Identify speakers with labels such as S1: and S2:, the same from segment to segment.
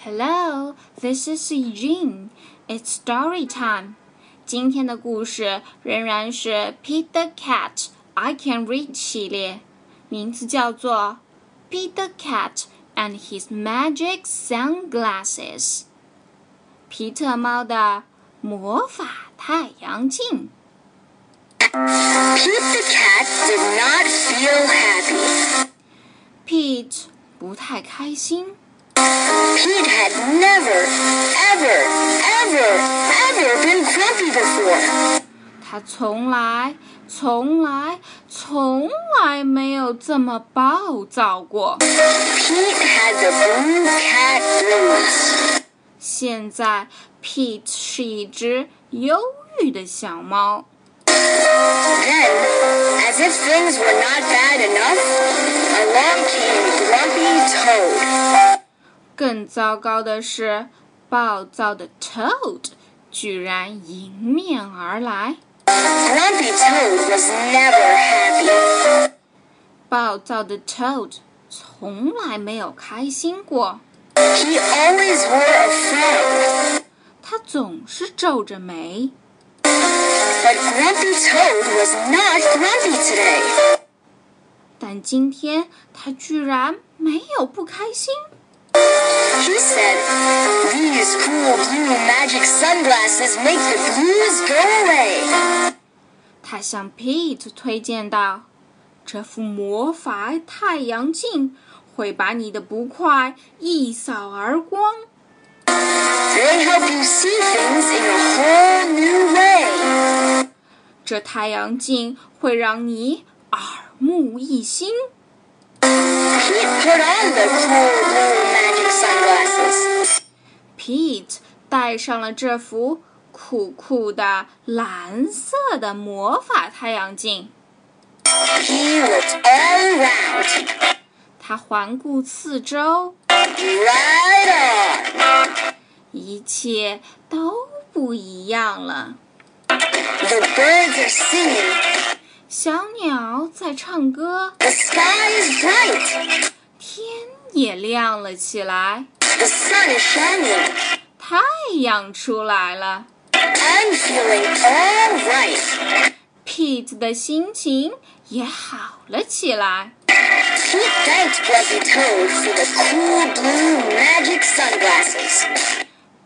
S1: Hello, this is Eugene. It's story time. 今天的故事仍然是 Peter Cat I Can Read 系列，名字叫做 Peter Cat and His Magic Sunglasses. 皮特猫的魔法太阳镜。
S2: Pete the cat did not feel happy.
S1: Pete 不太开心。
S2: Pete had never, ever, ever, ever been grumpy before.
S1: 他从来、从来、从来没有这么暴躁过。
S2: Pete had the blue cat blues.
S1: 现在，Pete 是一只忧郁的小猫。
S2: Then, as if things were not bad enough, along came Grumpy Toad.
S1: 更糟糕的是，暴躁的 Toad 居然迎面而来。
S2: Grumpy Toad was never happy.
S1: 暴躁的 Toad 从来没有开心过，
S2: He always wore a frown,
S1: 他总是皱着眉。
S2: but Grumpy Toad was not grumpy today.
S1: 但今天他居然没有不开心。
S2: He said, These cool blue magic sunglasses make the blues go away.
S1: 他向 Pete 推荐道：“这副魔法太阳镜会把你的不快一扫而光，
S2: They help you see things in a whole new way.
S1: 这太阳镜会让你耳目一新。
S2: Pete put on the cool blue magic sunglasses.
S1: ”Pete 戴上了这副酷酷的蓝色的魔法太阳镜，
S2: He looked all round.
S1: 他环顾四周，
S2: Right on.
S1: 一切都不一样了。
S2: The birds are singing.
S1: 小鸟在唱歌，
S2: The sky is bright.
S1: 天也亮了起来。
S2: The sun is shining.
S1: 太阳出来了
S2: I'm feeling all right.
S1: ，Pete 的心情也好了起来。
S2: He thanked Grumpy Toad for the cool blue magic sunglasses.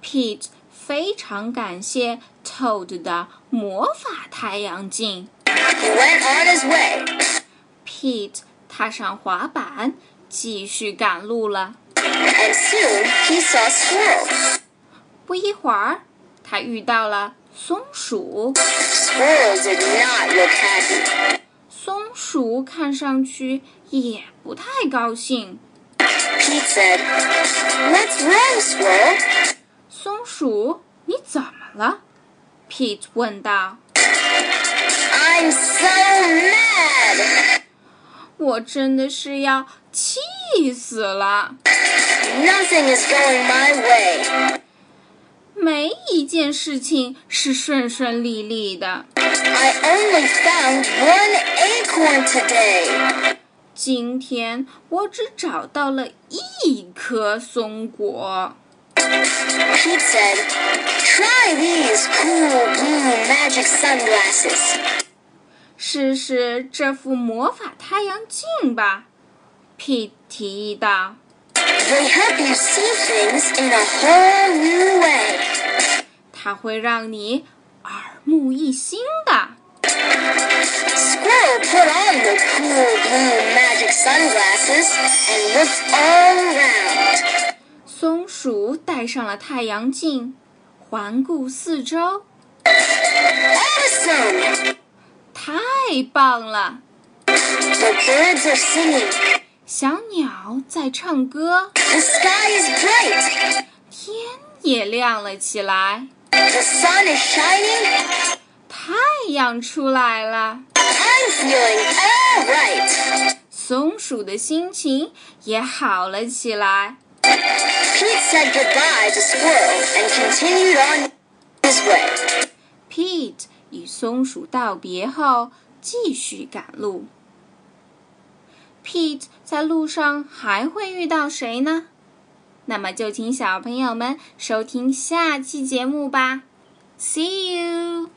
S1: Pete 非常感谢 Toad 的魔法太阳镜。
S2: He went on his way.
S1: Pete 踏上滑板，继续赶路了。
S2: And soon he saw squirrels.
S1: 不一会儿，他遇到了松鼠。
S2: Squirrels did not look happy.
S1: 松鼠看上去也不太高兴。
S2: Pete said, What's wrong, squirrel?
S1: 松鼠，你怎么了？Pete 问道。
S2: I'm so mad.
S1: 我真的是要气死了！
S2: Nothing is going my way.
S1: 没一件事情是顺顺利利的，
S2: I only found one acorn today.
S1: 今天我只找到了一颗松果。
S2: Pete said, Try these cool blue magic sunglasses.
S1: 试试这副魔法太阳镜吧，Pete 提议道。
S2: They help you see things in a whole new way.
S1: 它会让你耳目一新的。
S2: Squirrel put on the cool blue magic sunglasses and looked all around.
S1: 松鼠戴上了太阳镜，环顾四周，
S2: Awesome!
S1: 太棒了！
S2: The birds are singing.
S1: 小鸟在唱歌。
S2: The sky is bright.
S1: 天也亮了起来，
S2: The sun is shining.
S1: 太阳出来了，
S2: I'm feeling all right.
S1: 松鼠的心情也好了起来。
S2: Pete said goodbye to Squirrel and continued on his way.
S1: Pete 与松鼠道别后，继续赶路。Pete 在路上还会遇到谁呢那么就请小朋友们收听下期节目吧，See you。